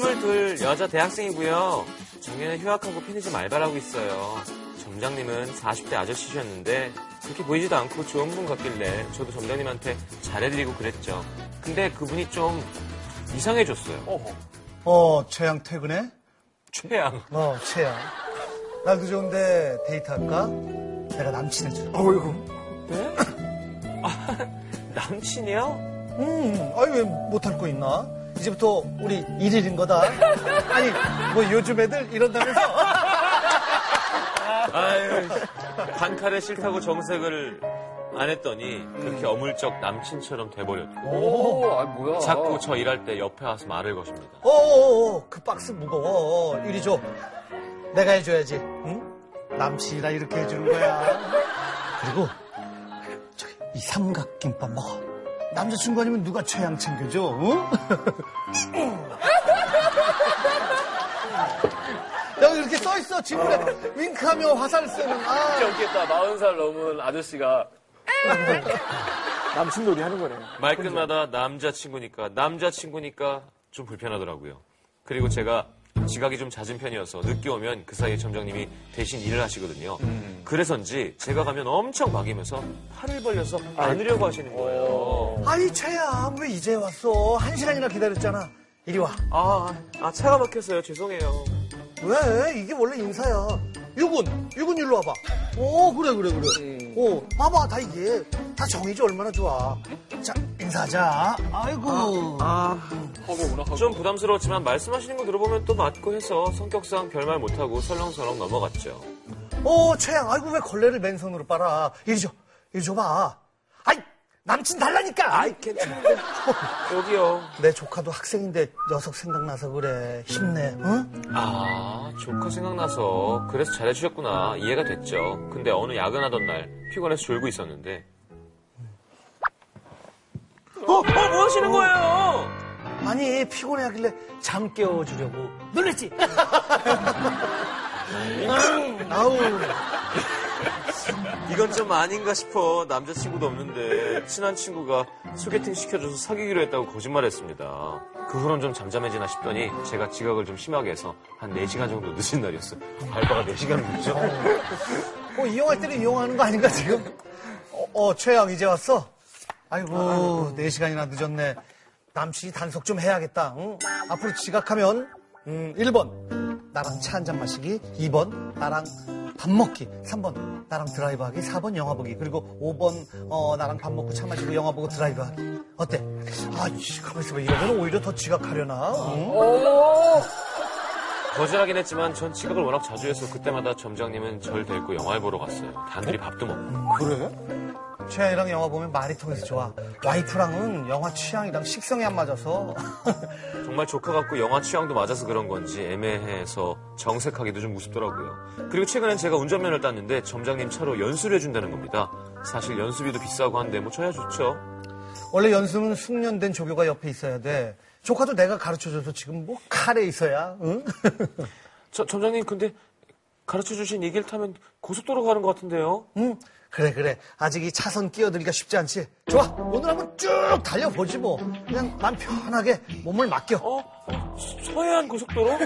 스물둘 여자 대학생이고요. 작년에 휴학하고 편의점 알바를 하고 있어요. 점장님은 40대 아저씨셨는데 그렇게 보이지도 않고 좋은 분 같길래 저도 점장님한테 잘해드리고 그랬죠. 근데 그분이 좀 이상해졌어요. 어, 최양 퇴근해? 최양. 어, 최양. 날도 그 좋은데 데이트할까? 내가 음, 남친 해줘. 어이구. 네? 아, 남친이요? 음, 아니 왜 못할 거 있나? 이제부터 우리 일일인 거다. 아니, 뭐 요즘 애들 이런다면서. 아유, 단칼에 싫다고 정색을 안 했더니 그렇게 어물쩍 남친처럼 돼버렸고 오, 아 뭐야. 자꾸 저 일할 때 옆에 와서 말을 거십니다. 어어어, 그 박스 무거워. 이리 줘. 내가 해줘야지. 응? 남친이라 이렇게 해주는 거야. 그리고 저기 이 삼각김밥 먹어. 남자친구 아니면 누가 최양 챙겨줘? 응? 여기 이렇게 써 있어 지문에 윙크하며 화살 쏘는 아. 웃겠다. 40살 넘은 아저씨가 아! 남친 놀이 하는 거네. 말끝마다 남자친구니까 남자친구니까 좀 불편하더라고요. 그리고 제가 지각이 좀 잦은 편이어서 늦게 오면 그 사이에 점장님이 대신 일을 하시거든요. 음. 그래서인지 제가 가면 엄청 막이면서 팔을 벌려서 아. 안으려고 하시는 거예요. 아니 최양 왜 이제 왔어? 한 시간이나 기다렸잖아. 이리 와. 어. 아, 아 차가 막혔어요. 죄송해요. 왜? 이게 원래 인사야. 유군, 유군 일로 와봐. 오, 그래, 그래, 그래. 오, 봐봐, 다 이게. 다 정이지 얼마나 좋아. 자, 인사하자. 아이고. 허구구나, 허구. 좀 부담스러웠지만 말씀하시는 거 들어보면 또 맞고 해서 성격상 별말 못하고 설렁설렁 넘어갔죠. 오, 최양, 아이고, 왜 걸레를 맨손으로 빨아. 이리 줘, 이리 줘봐. 아이, 남친 달라니까. 아이, 괜찮은데. 여기요. 내 조카도 학생인데 녀석 생각나서 그래. 힘내, 응? 아, 조카 생각나서 그래서 잘해주셨구나. 이해가 됐죠. 근데 어느 야근하던 날 피곤해서 졸고 있었는데. 어, 어, 뭐 하시는 거예요? 아니, 피곤해 하길래 잠 깨워주려고. 놀랬지? 음. 아우. 이건 좀 아닌가 싶어. 남자친구도 없는데 친한 친구가 소개팅 시켜줘서 사귀기로 했다고 거짓말했습니다. 그 후로는 좀 잠잠해지나 싶더니 제가 지각을 좀 심하게 해서 한 4시간 정도 늦은 날이었어요. 알바가 4시간 늦죠? 뭐 이용할 때는 이용하는 거 아닌가 지금? 어, 어, 최양 이제 왔어? 아이고 네 시간이나 늦었네. 남친이 단속 좀 해야겠다. 응? 앞으로 지각하면 음, 1번 나랑 차 한 잔 마시기, 2번 나랑 밥 먹기, 3번 나랑 드라이브하기, 4번 영화 보기, 그리고 5번 어, 나랑 밥 먹고 차 마시고 영화 보고 드라이브하기. 어때? 아, 씨, 가만있어 봐. 이러면 오히려 더 지각하려나? 응? 거절하긴 했지만 전 지각을 워낙 자주 해서 그때마다 점장님은 절 데리고 영화를 보러 갔어요. 단둘이 밥도 먹고. 최양이랑 영화 보면 말이 통해서 좋아. 와이프랑은 영화 취향이랑 식성이 안 맞아서 정말 조카 같고 영화 취향도 맞아서 그런 건지 애매해서 정색하기도 좀 우습더라고요. 그리고 최근엔 제가 운전면허를 땄는데 점장님 차로 연수를 해준다는 겁니다. 사실 연수비도 비싸고 한데 뭐 쳐야 좋죠. 원래 연수는 숙련된 조교가 옆에 있어야 돼. 조카도 내가 가르쳐줘서 지금 뭐 칼에 있어야, 응? 저, 점장님 근데 가르쳐주신 이 길 타면 고속도로 가는 것 같은데요? 응? 그래, 그래. 아직 이 차선 끼어들기가 쉽지 않지? 좋아. 오늘 한번 쭉 달려보지 뭐. 그냥 맘 편하게 몸을 맡겨. 어? 서- 서해안 고속도로? 어?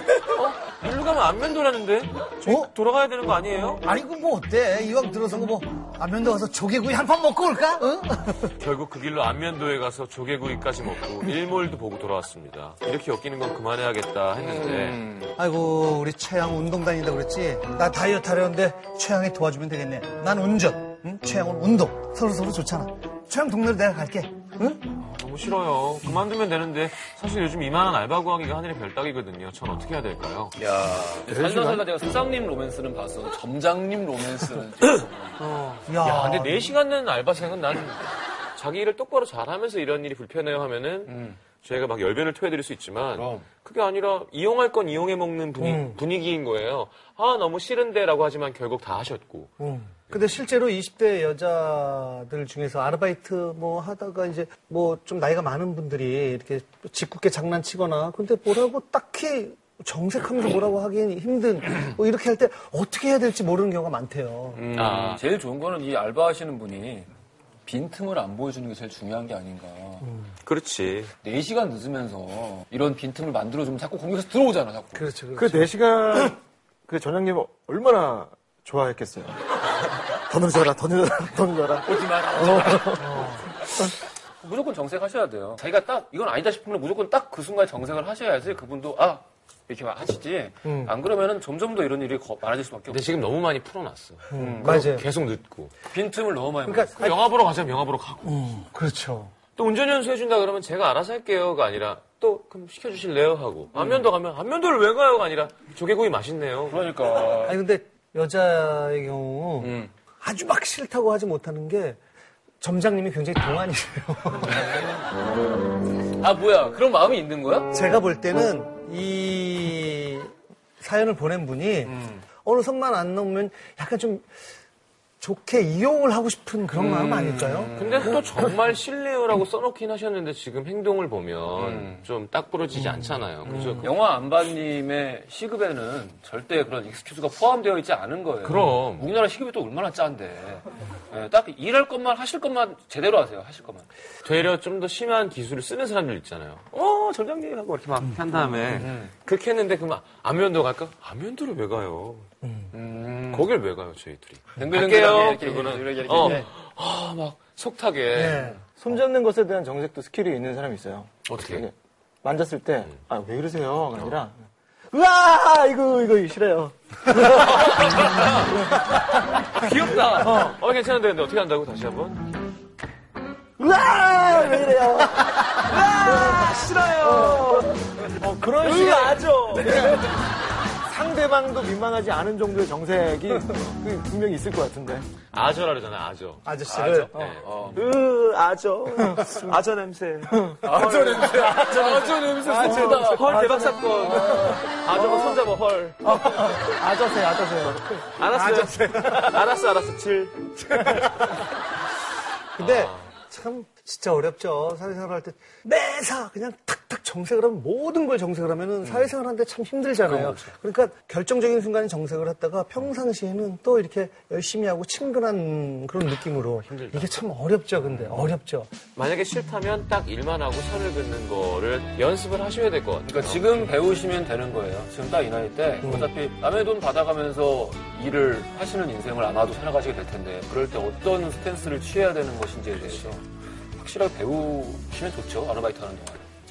일로 가면 안면 도라는데? 저기 어? 돌아가야 되는 거 아니에요? 아니, 그 뭐 어때? 이왕 들어선 거 뭐, 안면도 가서 조개구이 한 판 먹고 올까? 응? 결국 그 길로 안면도에 가서 조개구이까지 먹고 일몰도 보고 돌아왔습니다. 이렇게 엮이는 건 그만해야겠다 했는데 아이고, 우리 최양 운동 다닌다 그랬지? 나 다이어트 하려는데 최양이 도와주면 되겠네. 난 운전. 응? 최양은 운동. 서로서로 좋잖아. 최양 동네로 내가 갈게. 응? 너무 싫어요. 그만두면 되는데 사실 요즘 이만한 알바 구하기가 하늘의 별따기거든요. 전 어떻게 해야 될까요? 야, 살다 살다 내가 수장님 로맨스는 봤어. 점장님 로맨스는. 지금. 야, 야, 근데 4시간 내는 알바생은 난 자기 일을 똑바로 잘하면서 이런 일이 불편해요 하면은 저희가 막 열변을 토해드릴 수 있지만 음. 그게 아니라 이용할 건 이용해 먹는 분위, 분위기인 거예요. 아 너무 싫은데라고 하지만 결국 다 하셨고 근데 실제로 20대 여자들 중에서 아르바이트 뭐 하다가 이제 뭐 좀 나이가 많은 분들이 이렇게 짓궂게 장난치거나 근데 뭐라고 딱히 정색하면서 뭐라고 하기엔 힘든 뭐 이렇게 할 때 음. 음. 아, 아. 어떻게 해야 될지 모르는 경우가 많대요. 제일 좋은 거는 이 알바하시는 분이 빈틈을 안 보여주는 게 제일 중요한 게 아닌가. 음. 음. 그렇지. 4시간 늦으면서 이런 빈틈을 만들어주면 자꾸 공격에서 들어오잖아, 자꾸. 그렇죠, 그렇죠. 그 4시간 그 전영님 얼마나 좋아했겠어요. 그, 더 늦어라, 더 늦어라, 더 늦어라. 오지 마라. 어. 무조건 정색하셔야 돼요. 자기가 딱 이건 아니다 싶으면 무조건 딱 그 순간 정색을 하셔야지 그분도 아 이렇게 하시지. 안 그러면은 점점 더 이런 일이 거- 많아질 수밖에 근데 없어요. 지금 너무 많이 풀어놨어. 음, 맞아요. 계속 늦고. 네. 빈틈을 너무 많이. 그러니까 음. 그럼 영화 보러 가자면 영화 보러 가고. 그렇죠. 또 운전 연수 해준다 그러면 제가 알아서 할게요가 아니라 또 그럼 시켜주실래요 하고. 안면도 가면 안면도를 왜 가요가 아니라 조개구이 맛있네요. 그러니까 아니 근데 여자의 경우 아주 막 싫다고 하지 못하는 게 점장님이 굉장히 동안이세요. 아 뭐야 그런 마음이 있는 거야? 제가 볼 때는 이 사연을 보낸 분이 어느 선만 안 넘으면 약간 좀 좋게 이용을 하고 싶은 그런 마음 아닐까요? 근데 또 정말 실례요라고 써놓긴 하셨는데 지금 행동을 보면 음. 좀 딱 부러지지 않잖아요. 그죠? 영화 안반님의 시급에는 절대 그런 익스큐즈가 포함되어 있지 않은 거예요. 그럼. 우리나라 시급이 또 얼마나 짠데. 예, 딱 일할 것만 하실 것만 제대로 하세요. 하실 것만. 되려 좀 더 심한 기술을 쓰는 사람들 있잖아요. 어, 점장님 하고 이렇게 막 한 다음에 그렇게 했는데 그럼 안면도 갈까? 안면도를 왜 가요? 거길 왜 가요, 저희 둘이? 갈게요. 음. 이렇게, 이렇게, 그거는 이렇게, 어, 이렇게. 아, 막 속타게 네. 손잡는 것에 대한 정색도 스킬이 있는 사람이 있어요. 어떻게? 이게 만졌을 때, 아, 왜 그러세요? 가 아니라, 으아! 이거, 이거 싫어요. 귀엽다. 어, 괜찮은데 근데 어떻게 한다고 다시 한번? 으아! 왜 그래요? 으아! 싫어요. 어, 그런 식의. 아죠. 상대방도 민망하지 않은 정도의 정색이 그 분명히 있을 것 같은데. 어. 아저라 그러잖아, 아저. 네. 아저씨를 으, 아죠. 아저 냄새. 아저 냄새 진짜 헐 대박 사건. 아저가 손잡아 헐. 아저세요, 아저세요. 알았어요. 알았어, 알았어. 칠. 근데 참 진짜 어렵죠. 사회생활 할 때 매사 그냥 탁탁 정색을 하면 모든 걸 정색을 하면은 사회생활 하는데 참 힘들잖아요. 음. 그러니까 결정적인 순간에 정색을 했다가 평상시에는 또 이렇게 열심히 하고 친근한 그런 느낌으로 이게 참 어렵죠. 근데 어렵죠. 만약에 싫다면 딱 일만 하고 선을 긋는 거를 연습을 하셔야 될 것 같아요. 그러니까 지금 배우시면 되는 거예요. 지금 딱 이 나이 때 음. 어차피 남의 돈 받아가면서 일을 하시는 인생을 아마도 살아가시게 될 텐데 그럴 때 어떤 스탠스를 취해야 되는 것인지에 대해서 확실하게 배우시면 좋죠. 아르바이트 하는 동안.